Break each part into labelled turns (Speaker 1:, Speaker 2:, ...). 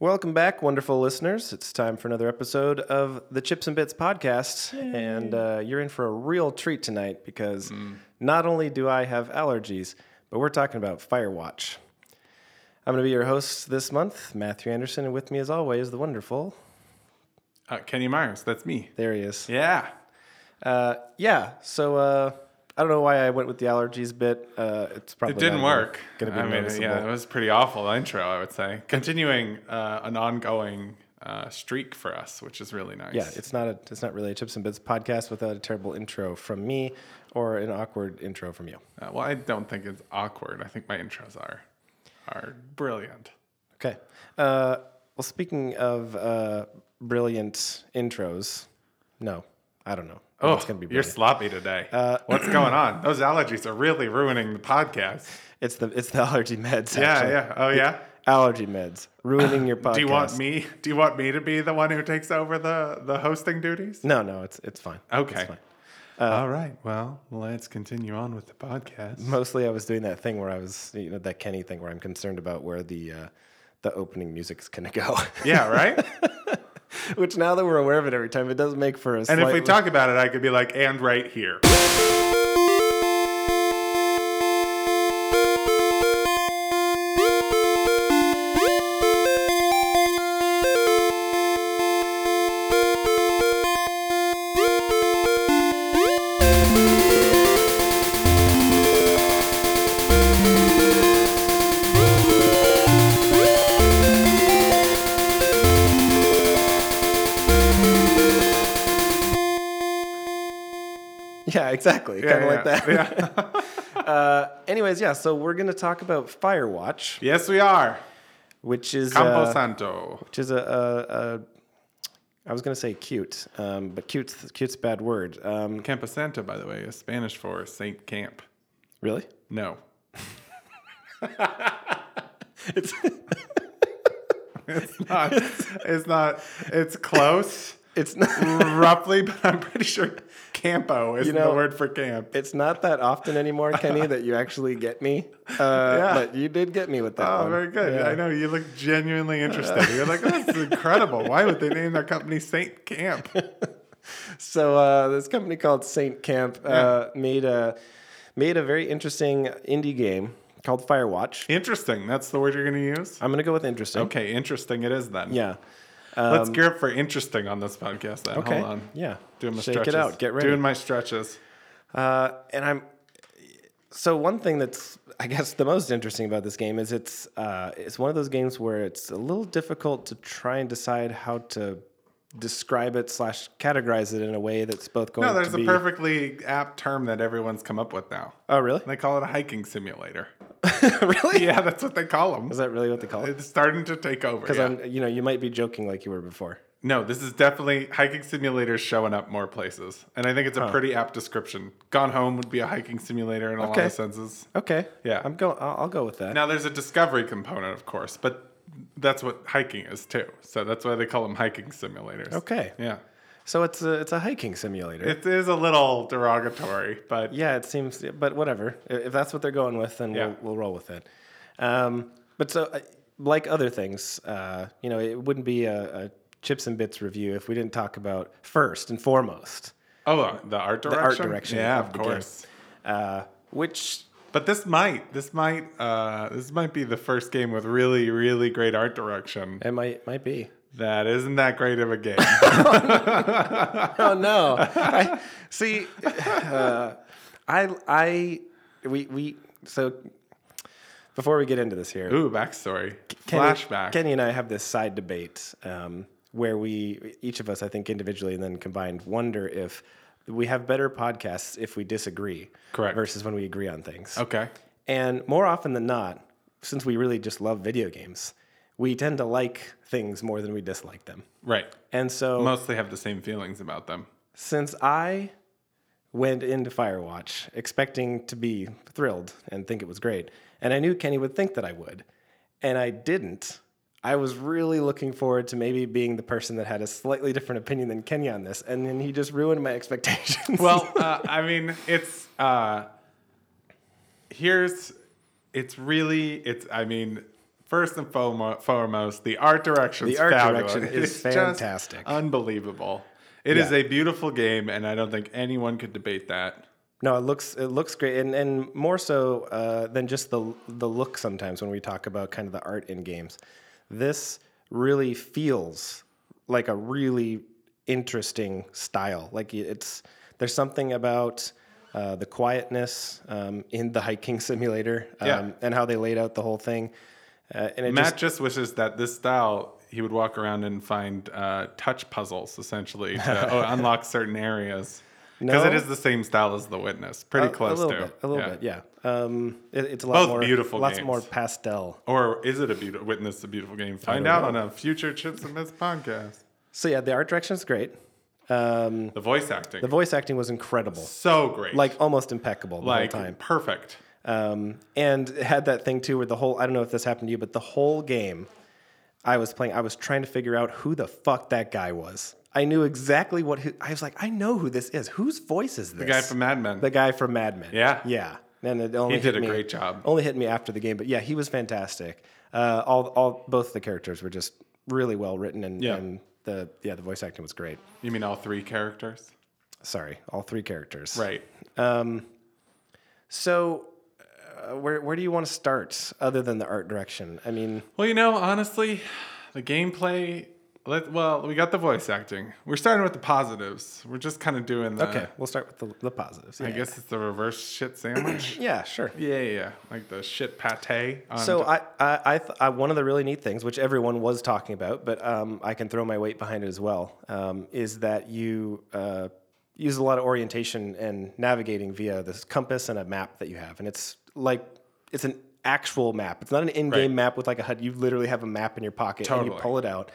Speaker 1: Welcome back, wonderful listeners. It's time for another episode of the Chips and Bits podcast. And uh, you're in for a real treat tonight because
Speaker 2: Hmm.
Speaker 1: not only do I have allergies, but we're talking about Firewatch. I'm going to be your host this month, Matthew Anderson, and with me, as always, the wonderful.
Speaker 2: Uh, Kenny Myers, that's me.
Speaker 1: There he is.
Speaker 2: Yeah.
Speaker 1: Uh, yeah. So uh, I don't know why I went with the allergies bit. Uh, it's probably
Speaker 2: It didn't
Speaker 1: not gonna-
Speaker 2: work.
Speaker 1: Gonna be
Speaker 2: I mean,
Speaker 1: noticeable.
Speaker 2: yeah, it was a pretty awful intro, I would say. Continuing uh, an ongoing uh, streak for us, which is really nice.
Speaker 1: Yeah, it's not a, it's not really a chips and bits podcast without a terrible intro from me or an awkward intro from you.
Speaker 2: Uh, well, I don't think it's awkward. I think my intros are are brilliant.
Speaker 1: Okay. Uh, well, speaking of uh, brilliant intros, no, I don't know.
Speaker 2: Oh,
Speaker 1: it's gonna be
Speaker 2: you're
Speaker 1: brilliant. Uh,
Speaker 2: sloppy today. What's going on? Those allergies are really ruining the podcast.
Speaker 1: it's the it's the allergy meds.
Speaker 2: Yeah,
Speaker 1: actually.
Speaker 2: yeah. Oh, yeah.
Speaker 1: Allergy meds ruining your podcast.
Speaker 2: Do you want me? Do you want me to be the one who takes over the the hosting duties?
Speaker 1: No, no, it's it's fine.
Speaker 2: Okay.
Speaker 1: fine. Uh,
Speaker 2: All right. Well, let's continue on with the podcast.
Speaker 1: Mostly, I was doing that thing where I was, you know, that Kenny thing where I'm concerned about where the uh, the opening music's gonna go.
Speaker 2: Yeah, right?
Speaker 1: Which now that we're aware of it every time, it does make for a.
Speaker 2: and if we
Speaker 1: slightly-
Speaker 2: talk about it, I could be like, and right here.
Speaker 1: Yeah, exactly. kind of like that.
Speaker 2: Yeah.
Speaker 1: Uh, anyways, yeah, so we're going to talk about Firewatch,
Speaker 2: yes, we are.
Speaker 1: which is
Speaker 2: Campo
Speaker 1: uh,
Speaker 2: Santo.
Speaker 1: which is a, a, a I was going to say cute, um, but cute's cute's a bad word. Um,
Speaker 2: Campo Santo, by the way, is Spanish for Saint Camp.
Speaker 1: really?
Speaker 2: No.
Speaker 1: It's
Speaker 2: It's not. it's not. It's close,
Speaker 1: it's not
Speaker 2: roughly, but I'm pretty sure Campo is
Speaker 1: know-
Speaker 2: the word for camp.
Speaker 1: it's not that often anymore, Kenny, that you actually get me. Uh, But you did get me with that
Speaker 2: Oh,
Speaker 1: one.
Speaker 2: very good. I know you look genuinely interested. You're like, oh, this is incredible. Why would they name their company Saint Camp?
Speaker 1: So uh, this company called Saint Camp uh, made a made a very interesting indie game called Firewatch.
Speaker 2: Interesting. That's the word you're going to use.
Speaker 1: I'm going to go with interesting.
Speaker 2: Okay, interesting. It is then.
Speaker 1: Yeah.
Speaker 2: Let's gear up for interesting on this podcast then.
Speaker 1: Um, Okay.
Speaker 2: Hold on.
Speaker 1: Yeah.
Speaker 2: Doing my
Speaker 1: Shake
Speaker 2: stretches.
Speaker 1: it out. Get ready.
Speaker 2: Doing my stretches.
Speaker 1: Uh, and I'm so one thing that's I guess the most interesting about this game is it's uh, it's one of those games where it's a little difficult to try and decide how to describe it slash categorize it in a way that's both going
Speaker 2: No, there's
Speaker 1: to
Speaker 2: a
Speaker 1: be
Speaker 2: perfectly apt term that everyone's come up with now.
Speaker 1: oh really
Speaker 2: They call it a hiking simulator.
Speaker 1: really
Speaker 2: Yeah, that's what they call them.
Speaker 1: is that really what they call it?
Speaker 2: It's starting to take over.
Speaker 1: Because
Speaker 2: yeah.
Speaker 1: I'm you know you might be joking like you were before.
Speaker 2: No, this is definitely hiking simulators showing up more places. And I think it's a pretty apt description. Gone Home would be a hiking simulator in a lot
Speaker 1: Okay.
Speaker 2: of senses.
Speaker 1: Okay,
Speaker 2: Yeah.
Speaker 1: I'm going. I'll, I'll go with that.
Speaker 2: Now, there's a discovery component, of course, but that's what hiking is too. So that's why they call them hiking simulators.
Speaker 1: Okay,
Speaker 2: Yeah.
Speaker 1: so it's a it's a hiking simulator.
Speaker 2: It is a little derogatory, but
Speaker 1: Yeah, it seems, but whatever. I- If that's what they're going with, then
Speaker 2: Yeah.
Speaker 1: we'll, we'll roll with it. Um, but so, uh, like other things, uh, you know, it wouldn't be a, a chips and bits review if we didn't talk about first and foremost,
Speaker 2: oh, uh, the art direction.
Speaker 1: art direction
Speaker 2: yeah,
Speaker 1: of
Speaker 2: of
Speaker 1: the game.
Speaker 2: course.
Speaker 1: uh, which
Speaker 2: But this might, this might, uh, this might be the first game with really, really great art direction.
Speaker 1: it might might be.
Speaker 2: That isn't that great of a game.
Speaker 1: Oh no! I, see, uh, I I we we so before we get into this here,
Speaker 2: Ooh, backstory,
Speaker 1: Kenny-
Speaker 2: flashback.
Speaker 1: Kenny and I have this side debate um, where we, each of us, I think individually and then combined, wonder if we have better podcasts if we disagree.
Speaker 2: Correct.
Speaker 1: Versus when we agree on things.
Speaker 2: okay,
Speaker 1: And more often than not, since we really just love video games, we tend to like things more than we dislike them.
Speaker 2: right.
Speaker 1: And so,
Speaker 2: Mostly have the same feelings about them.
Speaker 1: since I went into Firewatch expecting to be thrilled and think it was great, and I knew Kenny would think that I would, and I didn't. I was really looking forward to maybe being the person that had a slightly different opinion than Kenny on this, and then he just ruined my expectations.
Speaker 2: Well, uh, I mean, it's uh, here's it's really it's. I mean, First and fomo- foremost, the art direction.
Speaker 1: The art direction is fantastic.
Speaker 2: unbelievable. It is
Speaker 1: Yeah.
Speaker 2: a beautiful game, and I don't think anyone could debate that.
Speaker 1: No, it looks it looks great, and and more so uh, than just the the look. Sometimes when we talk about kind of the art in games, this really feels like a really interesting style. Like it's there's something about uh, the quietness um, in the hiking simulator um,
Speaker 2: Yeah.
Speaker 1: and how they laid out the whole thing, uh, and it
Speaker 2: Matt
Speaker 1: just
Speaker 2: just, wishes that this style he would walk around and find uh, touch puzzles essentially to oh, unlock certain areas because
Speaker 1: No.
Speaker 2: it is the same style as The Witness, pretty close
Speaker 1: a little
Speaker 2: to
Speaker 1: bit, a little
Speaker 2: Yeah.
Speaker 1: bit, yeah. Um, it- it's a lot
Speaker 2: Both
Speaker 1: more
Speaker 2: beautiful
Speaker 1: lots
Speaker 2: games.
Speaker 1: more pastel.
Speaker 2: Or is it a beautiful Witness? A beautiful game. Find out on a future Chips and Myths podcast.
Speaker 1: So yeah, the art direction is great. Um,
Speaker 2: The voice acting,
Speaker 1: the voice acting was incredible.
Speaker 2: so great,
Speaker 1: like almost impeccable the
Speaker 2: like
Speaker 1: whole time.
Speaker 2: perfect.
Speaker 1: Um, and it had that thing too where the whole I don't know if this happened to you, but the whole game I was playing, I was trying to figure out who the fuck that guy was. I knew exactly what who, I was like. I know who this is. Whose voice is this?
Speaker 2: The guy from Mad Men.
Speaker 1: the guy from Mad Men.
Speaker 2: Yeah.
Speaker 1: yeah. And it only
Speaker 2: He did
Speaker 1: hit
Speaker 2: a
Speaker 1: me-
Speaker 2: great job.
Speaker 1: Only hit me after the game, but yeah, he was fantastic. Uh, all all both the characters were just really well written, and,
Speaker 2: Yeah.
Speaker 1: and the yeah the voice acting was great.
Speaker 2: you mean all three characters?
Speaker 1: Sorry, all three characters.
Speaker 2: Right.
Speaker 1: So, uh, where where do you want to start other than the art direction? I mean,
Speaker 2: Well, you know, honestly, the gameplay. Let, well, we got the voice acting. We're starting with the positives. We're just kind of doing the.
Speaker 1: okay, we'll start with the, the positives.
Speaker 2: I guess it's the reverse shit sandwich.
Speaker 1: Yeah, sure.
Speaker 2: yeah, yeah, yeah, like the shit pate. On
Speaker 1: So I, I, I, th- I, one of the really neat things, which everyone was talking about, but um, I can throw my weight behind it as well, um, is that you uh, use a lot of orientation and navigating via this compass and a map that you have, and it's like it's an actual map. It's not an in-game
Speaker 2: Right.
Speaker 1: map with like a HUD. You literally have a map in your pocket and
Speaker 2: Totally.
Speaker 1: you pull it out.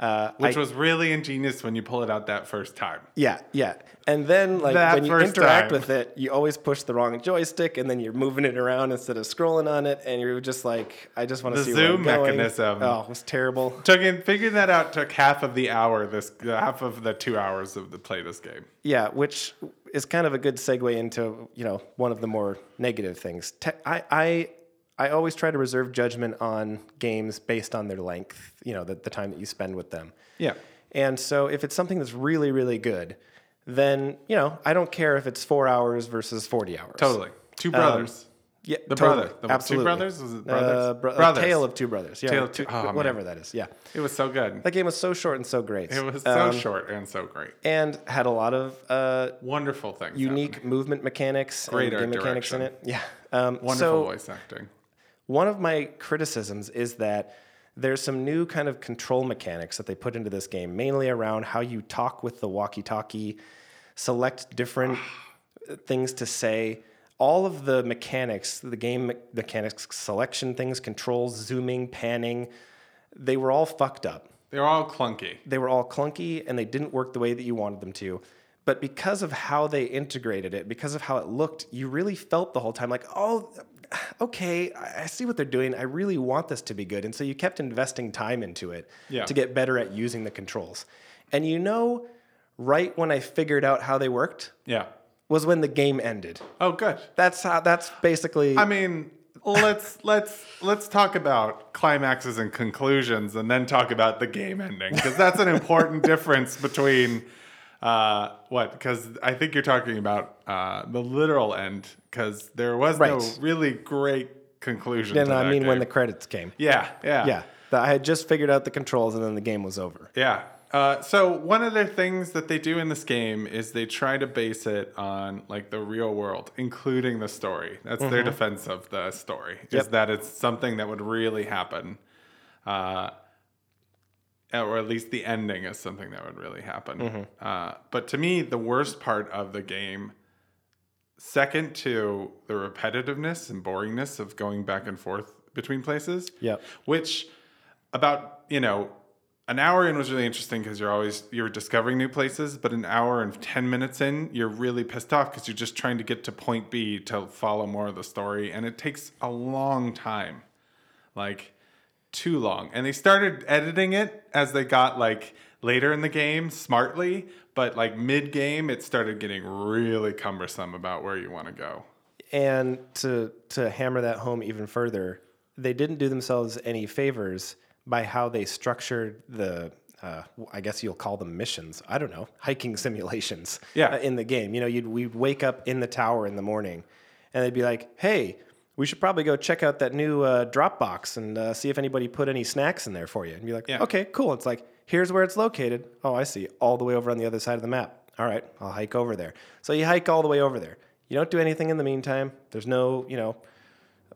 Speaker 1: Uh,
Speaker 2: which was really ingenious when you pull it out that first time.
Speaker 1: Yeah, yeah. And then like
Speaker 2: That
Speaker 1: when you
Speaker 2: first
Speaker 1: interact
Speaker 2: time.
Speaker 1: with it, you always push the wrong joystick and then you're moving it around instead of scrolling on it and you're just like I just want to
Speaker 2: The
Speaker 1: see where I'm
Speaker 2: zoom
Speaker 1: going.
Speaker 2: mechanism.
Speaker 1: Oh, it was terrible.
Speaker 2: Took in figuring that out took half of the hour. This half of the two hours of the play this game.
Speaker 1: Yeah, which is kind of a good segue into, you know, one of the more negative things. Te- I I I always try to reserve judgment on games based on their length, you know, the, the time that you spend with them.
Speaker 2: Yeah.
Speaker 1: And so if it's something that's really, really good, then, you know, I don't care if it's four hours versus 40 hours.
Speaker 2: Totally.
Speaker 1: Um,
Speaker 2: Two brothers.
Speaker 1: Yeah,
Speaker 2: The
Speaker 1: totally.
Speaker 2: brother. The two
Speaker 1: absolutely.
Speaker 2: brothers? Was it
Speaker 1: Uh,
Speaker 2: brothers?
Speaker 1: bro-
Speaker 2: Brothers.
Speaker 1: A tale of two brothers. Yeah,
Speaker 2: Tale
Speaker 1: or
Speaker 2: of Two-
Speaker 1: two-
Speaker 2: oh, man.
Speaker 1: whatever that is. Yeah,
Speaker 2: it was so good.
Speaker 1: that game was so short and so great,
Speaker 2: It was so
Speaker 1: Um,
Speaker 2: short and so great.
Speaker 1: and had a lot of uh,
Speaker 2: Wonderful things.
Speaker 1: unique
Speaker 2: happened.
Speaker 1: movement mechanics, and
Speaker 2: Great art
Speaker 1: game mechanics in
Speaker 2: direction.
Speaker 1: it. Yeah, um,
Speaker 2: Wonderful
Speaker 1: so
Speaker 2: voice acting.
Speaker 1: one of my criticisms is that there's some new kind of control mechanics that they put into this game, mainly around how you talk with the walkie talkie, select different things to say. All of the mechanics, the game me- mechanics, selection things, controls, zooming, panning, they were all fucked up
Speaker 2: They're all clunky.
Speaker 1: they were all clunky and they didn't work the way that you wanted them to. But because of how they integrated it, because of how it looked, you really felt the whole time like, oh, okay, I I see what they're doing. I really want this to be good. And so you kept investing time into it
Speaker 2: Yeah.
Speaker 1: to get better at using the controls. And you know, right when I figured out how they worked
Speaker 2: Yeah.
Speaker 1: was when the game ended.
Speaker 2: Oh, good.
Speaker 1: That's how, that's basically.
Speaker 2: I mean, let's let's let's talk about climaxes and conclusions, and then talk about the game ending because that's an important difference between uh, what. Because I think you're talking about uh, the literal end because there was no
Speaker 1: Right.
Speaker 2: really great conclusion.
Speaker 1: and
Speaker 2: to
Speaker 1: I
Speaker 2: that
Speaker 1: mean, when the
Speaker 2: game.
Speaker 1: credits came.
Speaker 2: yeah, yeah,
Speaker 1: Yeah. I had just figured out the controls and then the game was over.
Speaker 2: Yeah. Uh, so one of the things that they do in this game is they try to base it on like the real world, including the story. That's their defense of the story is
Speaker 1: Mm-hmm. Yep.
Speaker 2: that it's something that would really happen, uh, or at least the ending is something that would really happen.
Speaker 1: Mm-hmm.
Speaker 2: Uh, but to me, the worst part of the game, second to the repetitiveness and boringness of going back and forth between places,
Speaker 1: Yep.
Speaker 2: which about you know an hour in was really interesting because you're always you're discovering new places but an hour and 10 minutes in you're really pissed off because you're just trying to get to point b to follow more of the story and it takes a long time like too long and they started editing it as they got like later in the game smartly but like mid game it started getting really cumbersome about where you want to go
Speaker 1: and to to hammer that home even further they didn't do themselves any favors by how they structured the. Uh, I guess you'll call them missions. I don't know hiking simulations.
Speaker 2: Yeah.
Speaker 1: uh, in the game, you know, you'd we'd wake up in the tower in the morning, and they'd be like, "Hey, we should probably go check out that new uh, drop box and uh, see if anybody put any snacks in there for you." And be like,
Speaker 2: Yeah.
Speaker 1: "Okay, cool." It's like, "Here's where it's located." Oh, I see. All the way over on the other side of the map. All right, I'll hike over there. So you hike all the way over there. You don't do anything in the meantime. There's no, you know,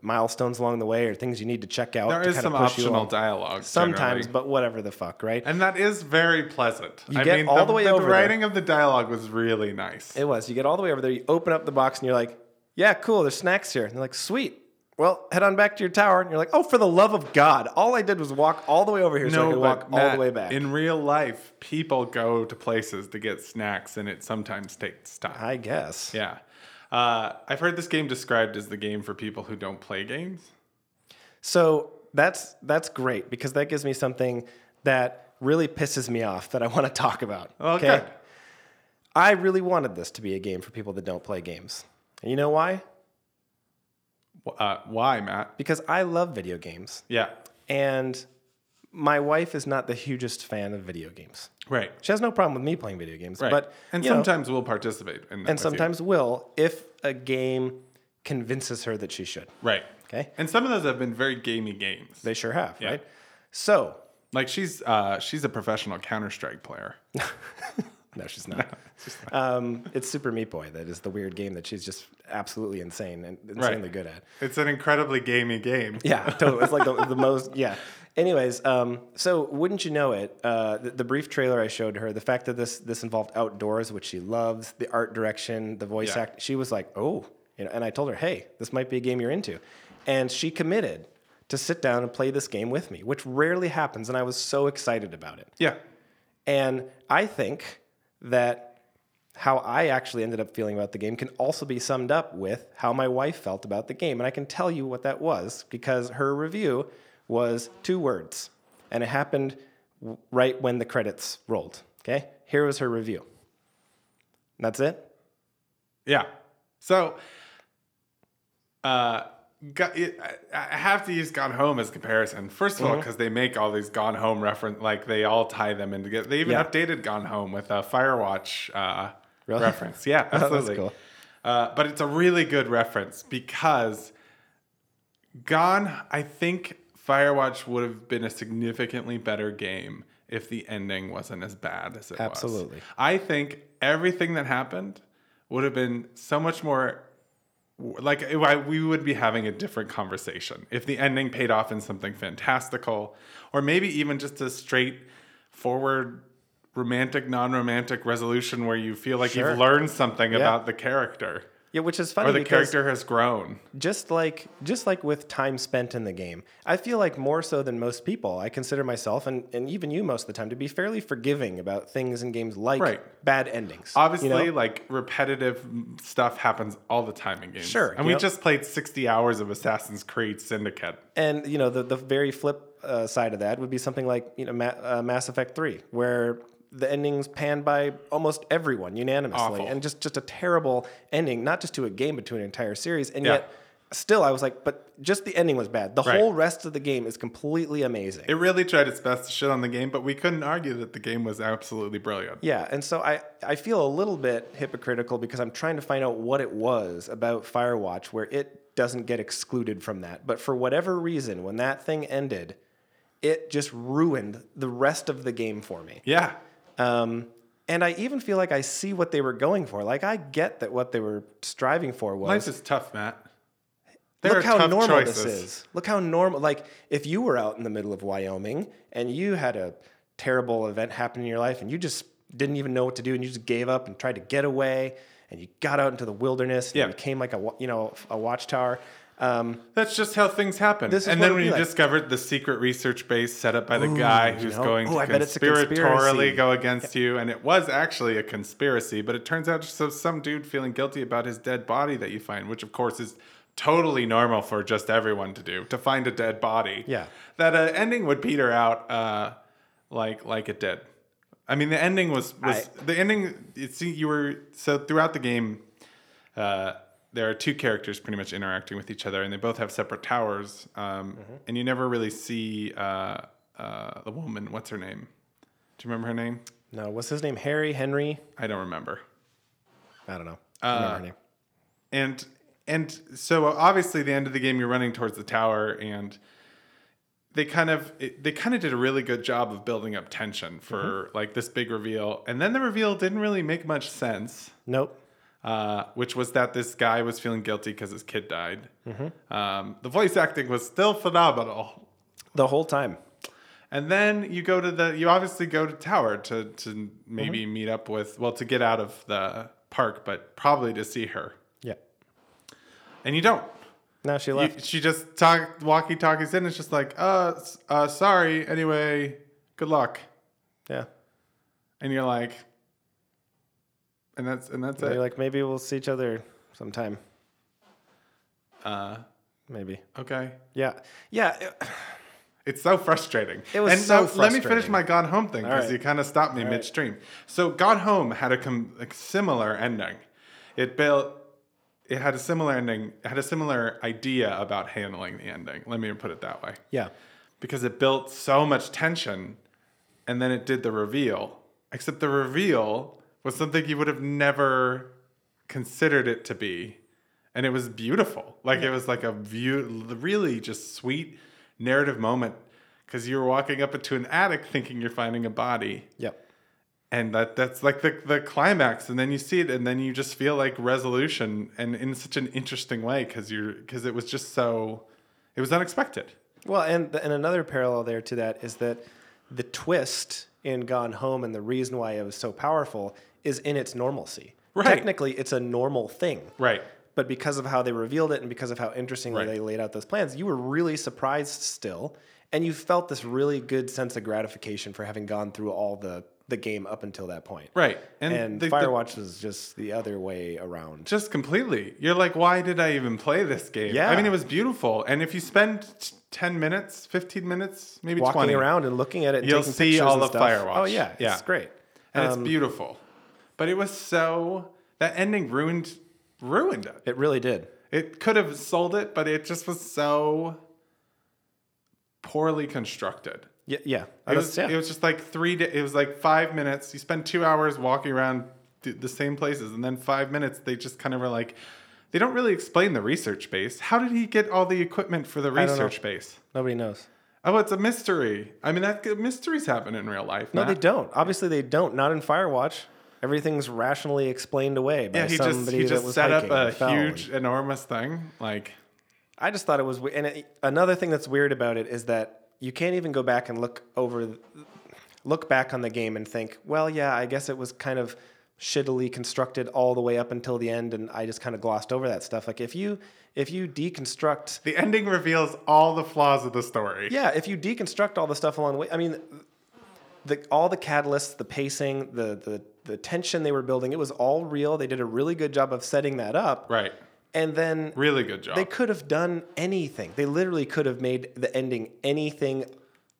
Speaker 1: milestones along the way or things you need to check out.
Speaker 2: There
Speaker 1: to
Speaker 2: is
Speaker 1: kinda
Speaker 2: some
Speaker 1: push you
Speaker 2: optional
Speaker 1: along.
Speaker 2: dialogue
Speaker 1: Sometimes,
Speaker 2: generally.
Speaker 1: but whatever the fuck, right?
Speaker 2: and that is very pleasant. I
Speaker 1: get
Speaker 2: mean,
Speaker 1: all
Speaker 2: the,
Speaker 1: the way over there.
Speaker 2: writing of the dialogue was really nice.
Speaker 1: It was. You get all the way over there, you open up the box, and you're like, yeah, cool, there's snacks here. And they're like, sweet. Well, head on back to your tower. And you're like, oh, for the love of God, all I did was walk all the way over here so I could
Speaker 2: but
Speaker 1: walk all the
Speaker 2: Matt,
Speaker 1: way back.
Speaker 2: In real life, people go to places to get snacks, and it sometimes takes time.
Speaker 1: I guess.
Speaker 2: yeah, uh, I've heard this game described as the game for people who don't play games.
Speaker 1: So that's that's great because that gives me something that really pisses me off that I want to talk about.
Speaker 2: Well, Oh, good.
Speaker 1: I really wanted this to be a game for people that don't play games. And you know why?
Speaker 2: W- Uh, why, Matt?
Speaker 1: Because I love video games.
Speaker 2: Yeah,
Speaker 1: And my wife is not the hugest fan of video games.
Speaker 2: right.
Speaker 1: She has no problem with me playing video games,
Speaker 2: right.
Speaker 1: but
Speaker 2: and
Speaker 1: you know,
Speaker 2: sometimes we'll participate. In
Speaker 1: and sometimes will if a game convinces her that she should.
Speaker 2: right.
Speaker 1: Okay,
Speaker 2: And some of those have been very gamey games.
Speaker 1: they sure have, right? So
Speaker 2: Like she's uh, she's a professional Counter Strike player.
Speaker 1: no, she's not. um, it's Super Meat Boy that is the weird game that she's just absolutely insane and insanely good at.
Speaker 2: It's an incredibly gamey game.
Speaker 1: Yeah, totally. It's like the, the most. Yeah. Anyways, um, so wouldn't you know it? Uh, the, the brief trailer I showed her, the fact that this this involved outdoors, which she loves, the art direction, the voice
Speaker 2: Yeah.
Speaker 1: act, she was like, "Oh," you know. And I told her, "Hey, this might be a game you're into," and she committed to sit down and play this game with me, which rarely happens, and I was so excited about it.
Speaker 2: Yeah.
Speaker 1: And I think that how I actually ended up feeling about the game can also be summed up with how my wife felt about the game. And I can tell you what that was because her review was two words. And it happened w- right when the credits rolled. Okay? Here was her review. And that's it.
Speaker 2: Yeah. So, uh, got, it, I, I have to use Gone Home as comparison. First
Speaker 1: Mm-hmm.
Speaker 2: of all, because they make all these Gone Home reference, like they all tie them in together. They even
Speaker 1: Yeah.
Speaker 2: updated Gone Home with a Firewatch uh,
Speaker 1: Really?
Speaker 2: reference. Yeah,
Speaker 1: Oh, that's
Speaker 2: absolutely.
Speaker 1: cool.
Speaker 2: Uh, but it's a really good reference because Gone, I think Firewatch would have been a significantly better game if the ending wasn't as bad as it was.
Speaker 1: Absolutely.
Speaker 2: I think everything that happened would have been so much more like it- I- we would be having a different conversation if the ending paid off in something fantastical or maybe even just a straightforward, romantic non-romantic resolution where you feel like
Speaker 1: Sure.
Speaker 2: you've learned something about the character
Speaker 1: Yeah, which is
Speaker 2: or
Speaker 1: funny
Speaker 2: the
Speaker 1: because
Speaker 2: character has grown
Speaker 1: just like just like with time spent in the game i feel like more so than most people i consider myself and, and even you most of the time to be fairly forgiving about things in games like
Speaker 2: Right.
Speaker 1: bad endings you
Speaker 2: obviously
Speaker 1: know?
Speaker 2: like repetitive stuff happens all the time in games
Speaker 1: Sure,
Speaker 2: and
Speaker 1: you
Speaker 2: we
Speaker 1: know-
Speaker 2: just played 60 hours of assassin's creed syndicate
Speaker 1: and you know the, the very flip uh, side of that would be something like you know Ma- uh, mass effect 3 where the endings panned by almost everyone unanimously
Speaker 2: Awful.
Speaker 1: and just just a terrible ending not just to a game but to an entire series and
Speaker 2: Yeah.
Speaker 1: yet still i was like but just the ending was bad the
Speaker 2: Right.
Speaker 1: whole rest of the game is completely amazing
Speaker 2: it really tried its best to shit on the game but we couldn't argue that the game was absolutely brilliant
Speaker 1: Yeah, and so I, I feel a little bit hypocritical because I'm trying to find out what it was about Firewatch where it doesn't get excluded from that. But for whatever reason, when that thing ended, it just ruined the rest of the game for me.
Speaker 2: yeah
Speaker 1: Um, and I even feel like I see what they were going for. Like I get that what they were striving for was
Speaker 2: life is tough matt there
Speaker 1: look
Speaker 2: are
Speaker 1: how
Speaker 2: tough
Speaker 1: normal
Speaker 2: choices
Speaker 1: this is. Look how normal. Like if you were out in the middle of Wyoming and you had a terrible event happen in your life and you just didn't even know what to do and you just gave up and tried to get away and you got out into the wilderness and
Speaker 2: Yeah.
Speaker 1: you became like a wa- you know a watchtower. Um,
Speaker 2: That's just how things happen.
Speaker 1: This is
Speaker 2: and
Speaker 1: what
Speaker 2: then
Speaker 1: it'd
Speaker 2: when
Speaker 1: be
Speaker 2: you
Speaker 1: like.
Speaker 2: discovered the secret research base set up by the guy who's
Speaker 1: know?
Speaker 2: going
Speaker 1: Ooh,
Speaker 2: to
Speaker 1: I bet it's a conspiracy.
Speaker 2: conspiratorially go against you, and it was actually a conspiracy, but it turns out just so- some dude feeling guilty about his dead body that you find, which of course is totally normal for just everyone to do to find a dead body.
Speaker 1: Yeah.
Speaker 2: that uh, ending would peter out uh, like like it did. I mean, the ending was, was the ending. It see, you were so throughout the game uh, there are two characters pretty much interacting with each other, and they both have separate towers. Um, And you never really see uh, uh, the woman. What's her name? Do you remember her name?
Speaker 1: No, what's his name? Harry Henry?
Speaker 2: I don't remember.
Speaker 1: I don't know. I
Speaker 2: Uh,
Speaker 1: don't remember her name.
Speaker 2: and and so obviously the end of the game you're running towards the tower and they kind of it- they kind of did a really good job of building up tension for like this big reveal and then the reveal didn't really make much sense
Speaker 1: Nope.
Speaker 2: uh, which was that this guy was feeling guilty because his kid died um, the voice acting was still phenomenal
Speaker 1: The whole time.
Speaker 2: and then you go to the you obviously go to tower to to maybe meet up with well to get out of the park but probably to see her
Speaker 1: Yeah.
Speaker 2: and you don't
Speaker 1: Now she
Speaker 2: You-
Speaker 1: left.
Speaker 2: she just talk walkie talkies in. It's just like, uh, s- uh, sorry. Anyway, good luck.
Speaker 1: yeah.
Speaker 2: And you're like, and that's and that's
Speaker 1: They're
Speaker 2: it.
Speaker 1: like, maybe we'll see each other sometime.
Speaker 2: Uh,
Speaker 1: Maybe.
Speaker 2: okay.
Speaker 1: Yeah. Yeah. it-
Speaker 2: It's so frustrating.
Speaker 1: It was
Speaker 2: and
Speaker 1: so
Speaker 2: now Let me finish
Speaker 1: frustrating.
Speaker 2: my Gone Home thing because
Speaker 1: right.
Speaker 2: you kind of stopped me midstream. So Gone Home had a, com- a similar ending. It built. It had a similar ending. It had a similar idea about handling the ending. Let me put it that way.
Speaker 1: Yeah.
Speaker 2: because it built so much tension and then it did the reveal except the reveal was something you would have never considered it to be and it was beautiful like it was like a view really just sweet narrative moment because you're walking up into an attic thinking you're finding a body
Speaker 1: Yep.
Speaker 2: and that that's like the, the climax and then you see it and then you just feel like resolution and in such an interesting way because you're because it was just so it was unexpected
Speaker 1: Well, and and another parallel there to that is that the twist in Gone Home and the reason why it was so powerful is in its normalcy.
Speaker 2: Right.
Speaker 1: Technically, it's a normal thing.
Speaker 2: right
Speaker 1: But because of how they revealed it and because of how interestingly
Speaker 2: Right.
Speaker 1: they laid out those plans, you were really surprised still, and you felt this really good sense of gratification for having gone through all the the game up until that point.
Speaker 2: Right.
Speaker 1: And
Speaker 2: the- the-
Speaker 1: Firewatch was just the other way around.
Speaker 2: just completely. You're like, why did I even play this game?
Speaker 1: Yeah.
Speaker 2: I mean, it was beautiful. And if you spend t- 10 minutes, 15 minutes, maybe
Speaker 1: Walking
Speaker 2: 20
Speaker 1: around and looking at it, and
Speaker 2: You'll
Speaker 1: taking
Speaker 2: see
Speaker 1: pictures
Speaker 2: all
Speaker 1: and
Speaker 2: of
Speaker 1: stuff.
Speaker 2: Firewatch.
Speaker 1: Oh yeah,
Speaker 2: Yeah.
Speaker 1: it's great.
Speaker 2: and
Speaker 1: um,
Speaker 2: it's beautiful. But it was so, that ending ruined, ruined it.
Speaker 1: It really did.
Speaker 2: It could have sold it, but it just was so poorly constructed.
Speaker 1: Yeah, yeah. I
Speaker 2: It
Speaker 1: was-
Speaker 2: was,
Speaker 1: yeah.
Speaker 2: it was just like three. da- It was like five minutes. You spend two hours walking around th- the same places, and then five minutes. They just kind of were like, they don't really explain the research base. How did he get all the equipment for the
Speaker 1: don't know.
Speaker 2: research base?
Speaker 1: Nobody knows.
Speaker 2: Oh, it's a mystery. I mean, that mysteries happen in real life.
Speaker 1: No,
Speaker 2: Matt.
Speaker 1: they don't. Obviously, they don't. Not in Firewatch. Everything's rationally explained away by
Speaker 2: Yeah, he just
Speaker 1: somebody
Speaker 2: he
Speaker 1: that
Speaker 2: just
Speaker 1: was
Speaker 2: set up
Speaker 1: hiking
Speaker 2: a
Speaker 1: and fell and-
Speaker 2: huge, enormous thing. Like,
Speaker 1: I just thought it was, we- and it, another thing that's weird about it is that you can't even go back and look over, look back on the game and think, well, yeah, I guess it was kind of shittily constructed all the way up until the end, and I just kind of glossed over that stuff. Like if you if you deconstruct
Speaker 2: the ending reveals all the flaws of the story.
Speaker 1: yeah, if you deconstruct all the stuff along the way, I mean, the, all the catalysts, the pacing, the, the the tension they were building, it was all real. They did a really good job of setting that up.
Speaker 2: Right.
Speaker 1: And then
Speaker 2: Really good job.
Speaker 1: they could have done anything. They literally could have made the ending anything.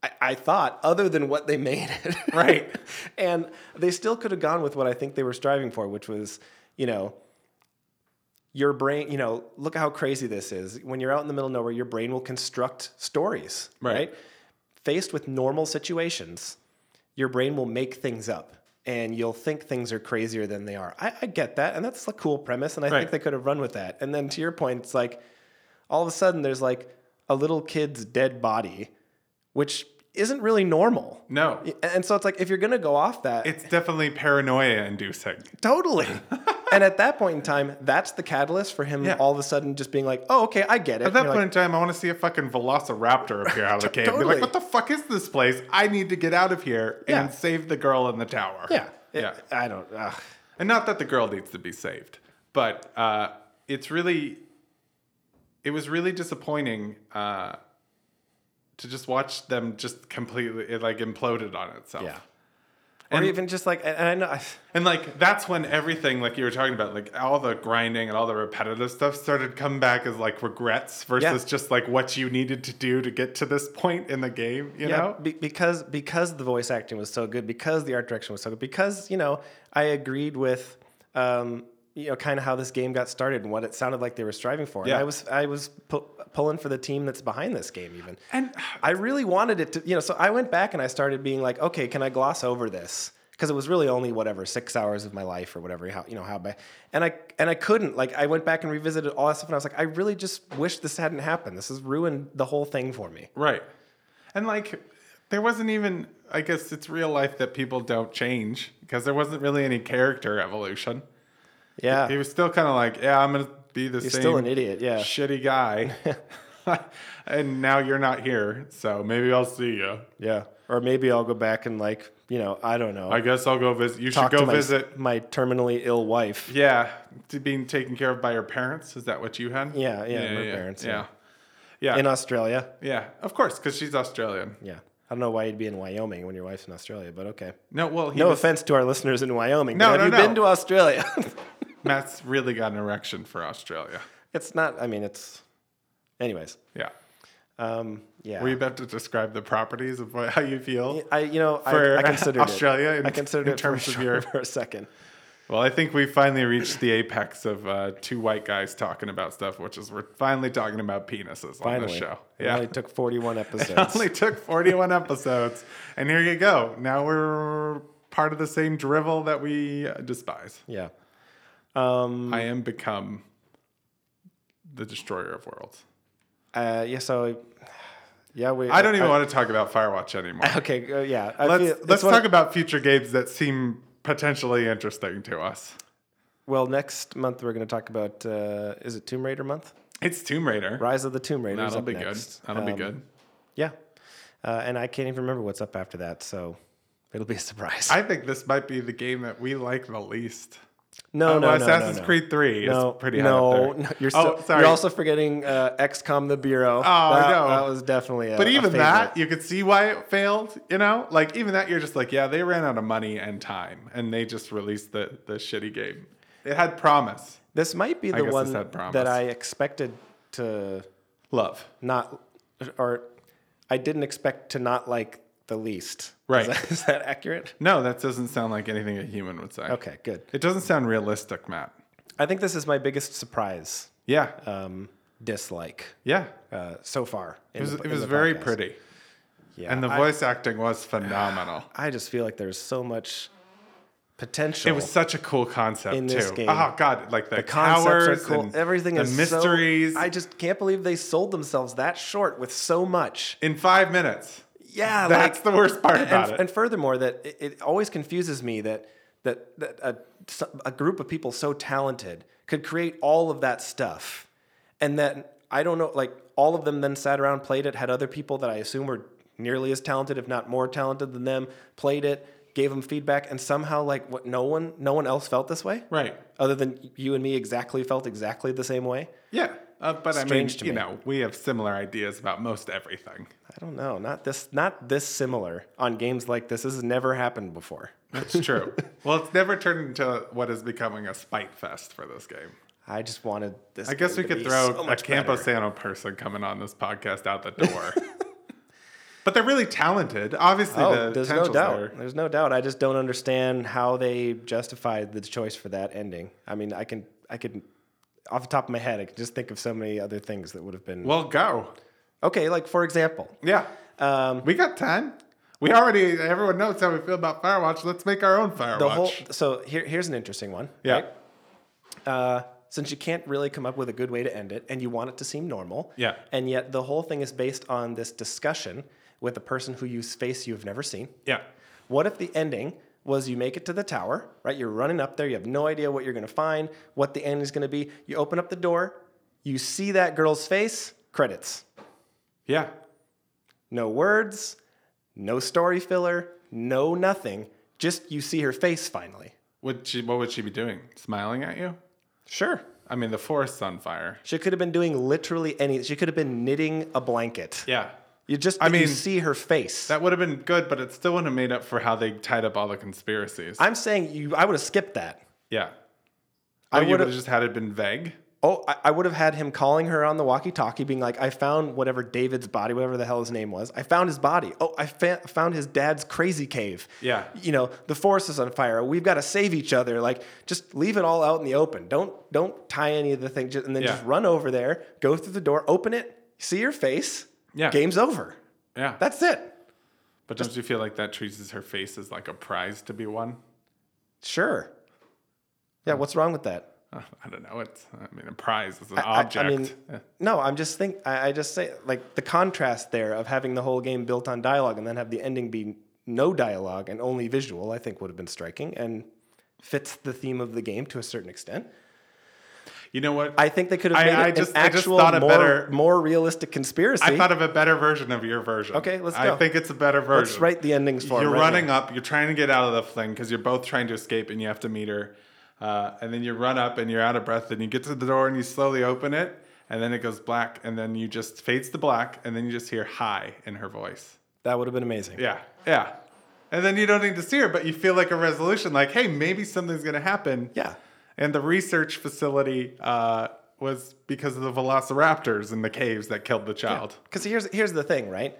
Speaker 1: I, I thought other than what they made it.
Speaker 2: Right.
Speaker 1: and they still could have gone with what I think they were striving for, which was, you know, your brain, you know, look how crazy this is. When you're out in the middle of nowhere, your brain will construct stories,
Speaker 2: Right.
Speaker 1: right? Faced with normal situations, your brain will make things up and you'll think things are crazier than they are. I, I get that. And that's a cool premise. And I think
Speaker 2: Right.
Speaker 1: they could have run with that. And then to your point, it's like all of a sudden there's like a little kid's dead body, which isn't really normal.
Speaker 2: no,
Speaker 1: And so it's like if you're going to go off that,
Speaker 2: it's definitely paranoia inducing.
Speaker 1: Totally. and at that point in time, that's the catalyst for him
Speaker 2: Yeah.
Speaker 1: all of a sudden just being like, oh, okay, I get it.
Speaker 2: At that point in time, I want to see a fucking velociraptor appear out of the cave. Be
Speaker 1: Totally.
Speaker 2: like, what the fuck is this place? I need to get out of here
Speaker 1: Yeah.
Speaker 2: and save the girl in the tower.
Speaker 1: yeah. It-
Speaker 2: yeah.
Speaker 1: I don't, ugh.
Speaker 2: And not that the girl needs to be saved, but uh, it's really, it was really disappointing uh, to just watch them just completely, it like imploded on itself.
Speaker 1: Yeah.
Speaker 2: And-
Speaker 1: or even just like, and and I know, I-
Speaker 2: And like that's when everything, like you were talking about, like all the grinding and all the repetitive stuff started coming back as like regrets versus
Speaker 1: Yeah.
Speaker 2: just like what you needed to do to get to this point in the game, you
Speaker 1: yeah,
Speaker 2: know?
Speaker 1: be- because because the voice acting was so good, because the art direction was so good, because you know I agreed with um, you know kind of how this game got started and what it sounded like they were striving for.
Speaker 2: Yeah.
Speaker 1: And I was I was pu- pulling for the team that's behind this game even.
Speaker 2: And
Speaker 1: I really wanted it to, you know, so I went back and I started being like, okay, can I gloss over this? Because it was really only whatever six hours of my life or whatever, how you know how bad, and I and I couldn't like I went back and revisited all that stuff and I was like, I really just wish this hadn't happened. This has ruined the whole thing for me.
Speaker 2: right, and like there wasn't even. I guess it's real life that people don't change because there wasn't really any character evolution.
Speaker 1: Yeah,
Speaker 2: He was still kind of like, yeah, I'm gonna be the
Speaker 1: you're
Speaker 2: same
Speaker 1: still an idiot. Yeah,
Speaker 2: shitty guy. and now you're not here, so maybe I'll see you.
Speaker 1: yeah. Or maybe I'll go back and like you know I don't know.
Speaker 2: I guess I'll go visit. You
Speaker 1: talk
Speaker 2: should go
Speaker 1: to my,
Speaker 2: visit.
Speaker 1: my terminally ill wife.
Speaker 2: Yeah, to being taken care of by your parents. Is that what you had?
Speaker 1: Yeah, yeah, my parents,
Speaker 2: Yeah, yeah, yeah.
Speaker 1: in Australia.
Speaker 2: Of course, because she's Australian.
Speaker 1: Yeah, I don't know why you'd be in Wyoming when your wife's in Australia, but okay.
Speaker 2: No, well, he
Speaker 1: No
Speaker 2: was,
Speaker 1: offense to our listeners in Wyoming.
Speaker 2: No,
Speaker 1: but have
Speaker 2: no,
Speaker 1: you
Speaker 2: no.
Speaker 1: been to Australia?
Speaker 2: Matt's really got an erection for Australia.
Speaker 1: it's not. I mean, it's. Anyways,
Speaker 2: Yeah.
Speaker 1: um, yeah.
Speaker 2: Were you about to describe the properties of what, how you feel?
Speaker 1: I, you know,
Speaker 2: for
Speaker 1: I, I considered
Speaker 2: Australia
Speaker 1: It.
Speaker 2: in-
Speaker 1: I considered
Speaker 2: in
Speaker 1: it for
Speaker 2: terms of
Speaker 1: sure
Speaker 2: your-
Speaker 1: for a second.
Speaker 2: Well, I think we finally reached the apex of uh, two white guys talking about stuff, which is we're finally talking about penises on
Speaker 1: Finally,
Speaker 2: this show.
Speaker 1: It
Speaker 2: Yeah.
Speaker 1: only took forty-one
Speaker 2: It
Speaker 1: episodes.
Speaker 2: only took 41 episodes. And here you go. Now we're part of the same drivel that we uh, despise.
Speaker 1: yeah. Um.
Speaker 2: I am become the destroyer of worlds.
Speaker 1: Uh, yeah. So. Yeah. We.
Speaker 2: I don't even want to talk about Firewatch anymore.
Speaker 1: Okay. Uh, yeah. I
Speaker 2: Let's
Speaker 1: feel- it's
Speaker 2: let's
Speaker 1: one-
Speaker 2: talk about future games that seem potentially interesting to us.
Speaker 1: Well, next month we're going to talk about. Uh, is it Tomb Raider month?
Speaker 2: It's Tomb Raider.
Speaker 1: Rise of the Tomb Raider.
Speaker 2: That'll
Speaker 1: up
Speaker 2: be
Speaker 1: next.
Speaker 2: good. That'll be
Speaker 1: Um,
Speaker 2: good.
Speaker 1: Yeah. Uh, and I can't even remember what's up after that, so it'll be a surprise.
Speaker 2: I think this might be the game that we like the least.
Speaker 1: no, Oh, no,
Speaker 2: uh, well,
Speaker 1: no,
Speaker 2: Assassin's
Speaker 1: no, no.
Speaker 2: Creed 3
Speaker 1: No,
Speaker 2: is pretty high
Speaker 1: no,
Speaker 2: up there.
Speaker 1: no, you're,
Speaker 2: Oh,
Speaker 1: so-
Speaker 2: sorry.
Speaker 1: you're also forgetting uh, XCOM: The Bureau. Oh that,
Speaker 2: no.
Speaker 1: that was definitely. A,
Speaker 2: But
Speaker 1: a
Speaker 2: even
Speaker 1: favorite.
Speaker 2: that, you could see why it failed, you know? Like even that you're just like, yeah, they ran out of money and time and they just released the the shitty game. It had promise.
Speaker 1: this might be the
Speaker 2: guess this
Speaker 1: one
Speaker 2: had promise.
Speaker 1: that I expected to
Speaker 2: Love.
Speaker 1: not, or I didn't expect to not like the least. Is
Speaker 2: Right.
Speaker 1: that, is that accurate?
Speaker 2: No, that doesn't sound like anything a human would say.
Speaker 1: Okay, good.
Speaker 2: It doesn't sound realistic, Matt.
Speaker 1: I think this is my biggest surprise
Speaker 2: Yeah.
Speaker 1: um, dislike
Speaker 2: yeah.
Speaker 1: uh, so far.
Speaker 2: It was, it was very pretty.
Speaker 1: Yeah,
Speaker 2: And the
Speaker 1: I-
Speaker 2: voice acting was phenomenal.
Speaker 1: I just feel like there's so much potential.
Speaker 2: It was such a cool concept
Speaker 1: In this
Speaker 2: too.
Speaker 1: game.
Speaker 2: Oh god, like the,
Speaker 1: concepts are
Speaker 2: towers,
Speaker 1: cool.
Speaker 2: and
Speaker 1: Everything
Speaker 2: the
Speaker 1: is
Speaker 2: mysteries
Speaker 1: So, I just can't believe they sold themselves that short with so much.
Speaker 2: in five minutes.
Speaker 1: Yeah,
Speaker 2: That's
Speaker 1: like,
Speaker 2: the worst part about
Speaker 1: and,
Speaker 2: it.
Speaker 1: and furthermore, that it, it always confuses me that that that a, a group of people so talented could create all of that stuff, and then I don't know, like all of them then sat around, played it, had other people that I assume were nearly as talented, if not more talented than them, played it, gave them feedback, and somehow like what no one no one else felt this way,
Speaker 2: right.
Speaker 1: Other than you and me, exactly felt exactly the same way.
Speaker 2: Yeah. Uh, but I mean,
Speaker 1: Strange to
Speaker 2: you
Speaker 1: me.
Speaker 2: know, we have similar ideas about most everything.
Speaker 1: I don't know, not this not this similar on games like this. This has never happened before.
Speaker 2: That's true. well, it's never turned into what is becoming a spite fest for this game.
Speaker 1: I just wanted this.
Speaker 2: I guess we
Speaker 1: game to
Speaker 2: could
Speaker 1: be
Speaker 2: throw
Speaker 1: so
Speaker 2: a
Speaker 1: much
Speaker 2: Campo
Speaker 1: better.
Speaker 2: Santo person coming on this podcast out the door. but they're really talented. Obviously,
Speaker 1: Oh,
Speaker 2: the
Speaker 1: there's no
Speaker 2: potential's
Speaker 1: doubt.
Speaker 2: there.
Speaker 1: There's no doubt. I just don't understand how they justified the choice for that ending. I mean, I can, I can, off the top of my head, I can just think of so many other things that would have been
Speaker 2: Well, go.
Speaker 1: okay. Like for example,
Speaker 2: Yeah.
Speaker 1: um,
Speaker 2: We got time. We already, everyone knows how we feel about Firewatch. Let's make our own Firewatch.
Speaker 1: the whole. So here, here's an interesting one.
Speaker 2: yeah.
Speaker 1: right? Uh, since you can't really come up with a good way to end it, and you want it to seem normal.
Speaker 2: Yeah.
Speaker 1: And yet the whole thing is based on this discussion with a person who you face you've never seen.
Speaker 2: Yeah.
Speaker 1: What if the ending was you make it to the tower, right? You're running up there, you have no idea what you're gonna find, what the end is gonna be. You open up the door, you see that girl's face, credits.
Speaker 2: Yeah.
Speaker 1: No words, no story filler, no nothing. Just you see her face finally.
Speaker 2: Would she, what would she be doing? Smiling at you?
Speaker 1: Sure.
Speaker 2: I mean, the forest's on fire.
Speaker 1: She could have been doing literally anything. She could have been knitting a blanket.
Speaker 2: Yeah.
Speaker 1: You just
Speaker 2: I
Speaker 1: I mean,
Speaker 2: mean,
Speaker 1: you see her face.
Speaker 2: That would have been good, but it still wouldn't have made up for how they tied up all the conspiracies.
Speaker 1: I'm saying you I would have skipped that.
Speaker 2: yeah.
Speaker 1: I
Speaker 2: I would
Speaker 1: would've-
Speaker 2: have just had it been vague.
Speaker 1: Oh, I, I would have had him calling her on the walkie-talkie, being like, "I found whatever David's body, whatever the hell his name was. I found his body. Oh, I fa- found his dad's crazy cave.
Speaker 2: Yeah.
Speaker 1: you know, the forest is on fire. We've got to save each other. Like, just leave it all out in the open. Don't don't tie any of the things, and then
Speaker 2: Yeah.
Speaker 1: just run over there, go through the door, open it, see your face.
Speaker 2: Yeah.
Speaker 1: game's over.
Speaker 2: Yeah.
Speaker 1: That's it.
Speaker 2: but don't you feel like that treats her face as like a prize to be won?
Speaker 1: Sure. Yeah, what's wrong with that?
Speaker 2: Uh, I don't know. It's I mean a prize is an
Speaker 1: I-
Speaker 2: object.
Speaker 1: I, mean,
Speaker 2: Yeah.
Speaker 1: no, I'm just think. I, I just say like the contrast there of having the whole game built on dialogue and then have the ending be no dialogue and only visual. I think would have been striking and fits the theme of the game to a certain extent.
Speaker 2: you know what?
Speaker 1: I think they could have
Speaker 2: I-
Speaker 1: made
Speaker 2: I
Speaker 1: it
Speaker 2: just-
Speaker 1: an
Speaker 2: I just
Speaker 1: actual
Speaker 2: thought a
Speaker 1: more,
Speaker 2: better-
Speaker 1: more realistic conspiracy.
Speaker 2: I thought of a better version of your version.
Speaker 1: Okay, let's
Speaker 2: I
Speaker 1: go.
Speaker 2: think it's a better version.
Speaker 1: Let's write the endings for
Speaker 2: You're
Speaker 1: 'em right
Speaker 2: running
Speaker 1: now.
Speaker 2: up. You're trying to get out of the fling because you're both trying to escape, and you have to meet her. Uh, and then you run up, and you're out of breath, and you get to the door, and you slowly open it, and then it goes black, and then you just fades to black, and then you just hear "hi" in her voice.
Speaker 1: That would have been amazing.
Speaker 2: Yeah, yeah. And then you don't need to see her, but you feel like a resolution, like, "Hey, maybe something's gonna happen."
Speaker 1: Yeah.
Speaker 2: And the research facility uh, was because of the velociraptors in the caves that killed the child.
Speaker 1: Because here's here's the thing, right?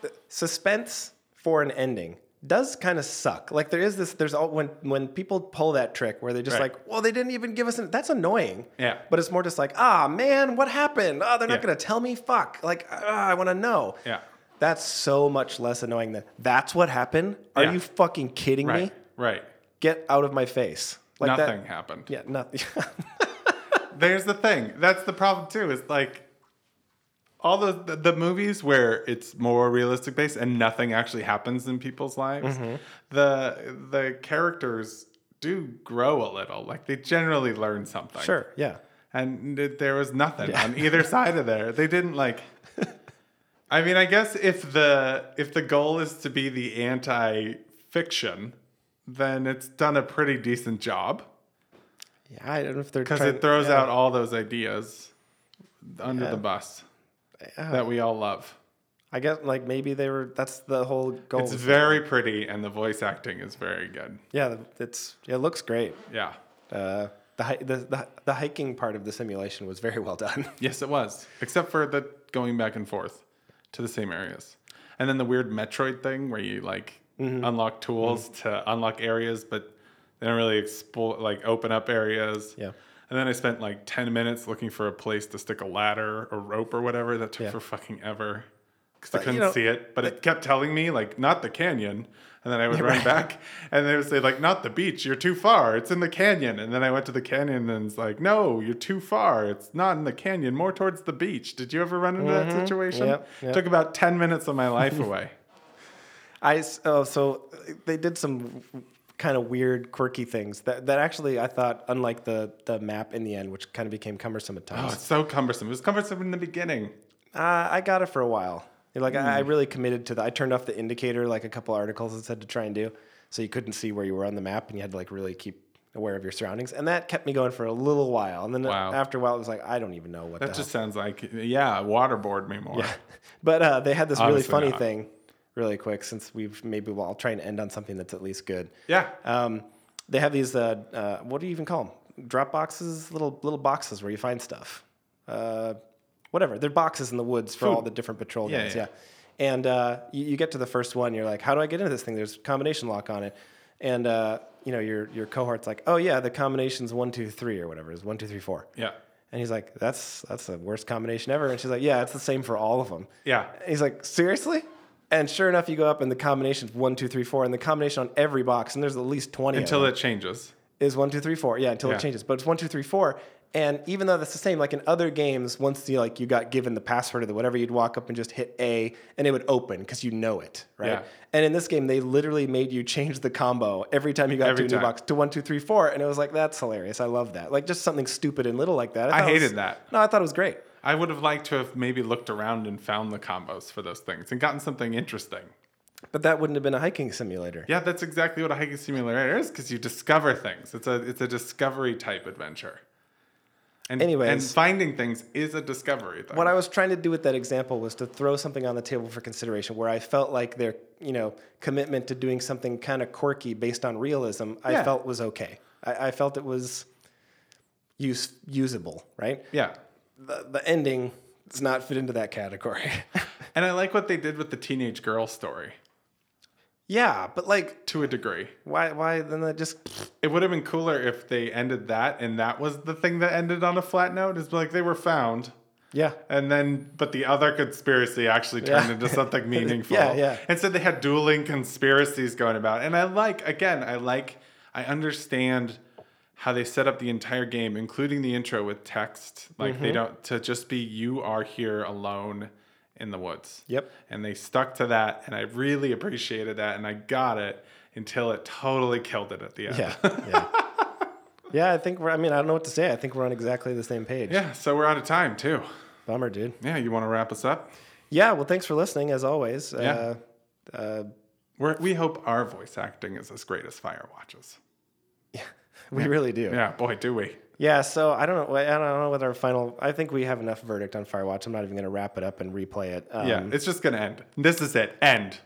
Speaker 1: The Suspense for an ending does kind of suck. Like there is this. There's all when when people pull that trick where they're just
Speaker 2: Right.
Speaker 1: like, "Well, they didn't even give us." An, that's annoying.
Speaker 2: Yeah.
Speaker 1: But it's more just like, "Ah, man, what happened? Oh, they're not
Speaker 2: Yeah.
Speaker 1: gonna tell me. Fuck. Like, ah, I want to know."
Speaker 2: Yeah.
Speaker 1: That's so much less annoying than that's what happened. Are
Speaker 2: Yeah.
Speaker 1: you fucking kidding me?
Speaker 2: Right. Right.
Speaker 1: Get out of my face. Like that-
Speaker 2: Nothing happened.
Speaker 1: Yeah, nothing.
Speaker 2: There's the thing. That's the problem too. Is like all the, the movies where it's more realistic based and nothing actually happens in people's lives. The the characters do grow a little. Like they generally learn something.
Speaker 1: sure. Yeah.
Speaker 2: and th- there was nothing on either side of there. They didn't like. I mean, I guess if the if the goal is to be the anti fiction, then it's done a pretty decent job
Speaker 1: Yeah. I don't know if they're
Speaker 2: because
Speaker 1: trying-
Speaker 2: it throws
Speaker 1: yeah.
Speaker 2: out all those ideas under the bus that we all love.
Speaker 1: I guess like maybe they were. That's the whole goal.
Speaker 2: It's very pretty, and the voice acting is very good.
Speaker 1: yeah, it's it looks great.
Speaker 2: Yeah.
Speaker 1: Uh, the, hi- the the the hiking part of the simulation was very well done.
Speaker 2: Yes, it was, except for the going back and forth to the same areas, and then the weird Metroid thing where you like
Speaker 1: Mm-hmm.
Speaker 2: unlock tools to unlock areas, but they don't really explore like open up areas.
Speaker 1: Yeah.
Speaker 2: And then I spent like ten minutes looking for a place to stick a ladder or rope or whatever that took for fucking ever because I
Speaker 1: you
Speaker 2: couldn't
Speaker 1: know,
Speaker 2: see it. But it kept telling me like not the canyon, and then I would run back, and they would say like not the beach, you're too far, it's in the canyon. And then I went to the canyon, and it's like no, you're too far, it's not in the canyon, more towards the beach. Did you ever run into that situation?
Speaker 1: Mm-hmm. Yep, yep.
Speaker 2: Took about ten minutes of my life away.
Speaker 1: I s- oh, so they did some kind of weird, quirky things that that actually I thought, unlike the the map in the end, which kind of became cumbersome at
Speaker 2: Oh,
Speaker 1: times.
Speaker 2: it's so cumbersome. It was cumbersome in the beginning.
Speaker 1: Uh, I got it for a while. You're Like I, I
Speaker 2: Hmm.
Speaker 1: really committed to that. I turned off the indicator like a couple articles it said to try and do, so you couldn't see where you were on the map, and you had to like really keep aware of your surroundings. And that kept me going for a little while. And then uh,
Speaker 2: Wow.
Speaker 1: after a while, it was like I don't even know what.
Speaker 2: That
Speaker 1: the
Speaker 2: just sounds like yeah, waterboard me more.
Speaker 1: hell. But uh, they had this really
Speaker 2: Obviously
Speaker 1: funny
Speaker 2: not.
Speaker 1: thing, really quick. Since we've maybe well, I'll try and end on something that's at least good.
Speaker 2: Yeah. uh,
Speaker 1: Um, they have these uh, uh, what do you even call them? Drop boxes, little little boxes where you find stuff. Uh, whatever, they're boxes in the woods for all the different patrol
Speaker 2: Yeah,
Speaker 1: guns.
Speaker 2: yeah.
Speaker 1: Yeah, and uh, you, you get to the first one, you're like, how do I get into this thing? There's a combination lock on it, and uh, you know your your cohort's like, oh yeah, the combination's one two three or whatever is one two three four.
Speaker 2: Yeah.
Speaker 1: And he's like, that's that's the worst combination ever. And she's like, yeah, it's the same for all of them.
Speaker 2: Yeah.
Speaker 1: And he's like, seriously? And sure enough, you go up and the combination's one, two, three, four, and the combination on every box, and there's at least 20
Speaker 2: Until
Speaker 1: of
Speaker 2: it changes.
Speaker 1: them, is one, two, three, four. Yeah, until
Speaker 2: Yeah.
Speaker 1: it changes. But it's one, two, three, four. And even though that's the same, like in other games, once you like you got given the password or the whatever, you'd walk up and just hit A and it would open because you know it, right?
Speaker 2: Yeah.
Speaker 1: And in this game, they literally made you change the combo every time you got to
Speaker 2: Every
Speaker 1: a
Speaker 2: time.
Speaker 1: new box to one, two, three, four. And it was like, that's hilarious. I love that. Like just something stupid and little like that.
Speaker 2: I
Speaker 1: thought it was-
Speaker 2: hated that.
Speaker 1: No, I thought it was great.
Speaker 2: I would have liked to have maybe looked around and found the combos for those things and gotten something interesting.
Speaker 1: But that wouldn't have been a hiking simulator.
Speaker 2: Yeah, that's exactly what a hiking simulator is because you discover things. It's a it's a discovery type adventure. And and
Speaker 1: Anyways.
Speaker 2: finding things is a discovery thing.
Speaker 1: what I was trying to do with that example was to throw something on the table for consideration where I felt like their, you know, commitment to doing something kind of quirky based on realism, I
Speaker 2: Yeah.
Speaker 1: felt was okay. I, I felt it was use usable, right?
Speaker 2: Yeah.
Speaker 1: The, the ending does not fit into that category.
Speaker 2: And I like what they did with the teenage girl story
Speaker 1: yeah, but like,
Speaker 2: to a degree.
Speaker 1: why? Why then? That just
Speaker 2: It would have been cooler if they ended that and that was the thing that ended on a flat note. It's like they were found.
Speaker 1: yeah.
Speaker 2: And then, but the other conspiracy actually turned
Speaker 1: Yeah.
Speaker 2: into something meaningful.
Speaker 1: Yeah, yeah.
Speaker 2: And so they had dueling conspiracies going about. And I like, again, I like, I understand how they set up the entire game, including the intro with text. Like
Speaker 1: Mm-hmm.
Speaker 2: they don't, to just be, you are here alone in the woods.
Speaker 1: Yep.
Speaker 2: And they stuck to that. And I really appreciated that. And I got it until it totally killed it at the end.
Speaker 1: Yeah. Yeah. yeah. I think we're. I mean, I don't know what to say. I think we're on exactly the same page.
Speaker 2: yeah. So we're out of time too.
Speaker 1: Bummer, dude.
Speaker 2: Yeah. You want to wrap us up?
Speaker 1: Yeah. Well, thanks for listening, as always. Uh, uh,
Speaker 2: We're, we hope our voice acting is as great as Firewatch's.
Speaker 1: we really do.
Speaker 2: Yeah, boy, do we.
Speaker 1: Yeah, so I don't know. I don't know what our final. I think we have enough verdict on Firewatch. I'm not even going to wrap it up and replay it. Um,
Speaker 2: Yeah, it's just going to end. This is it. End.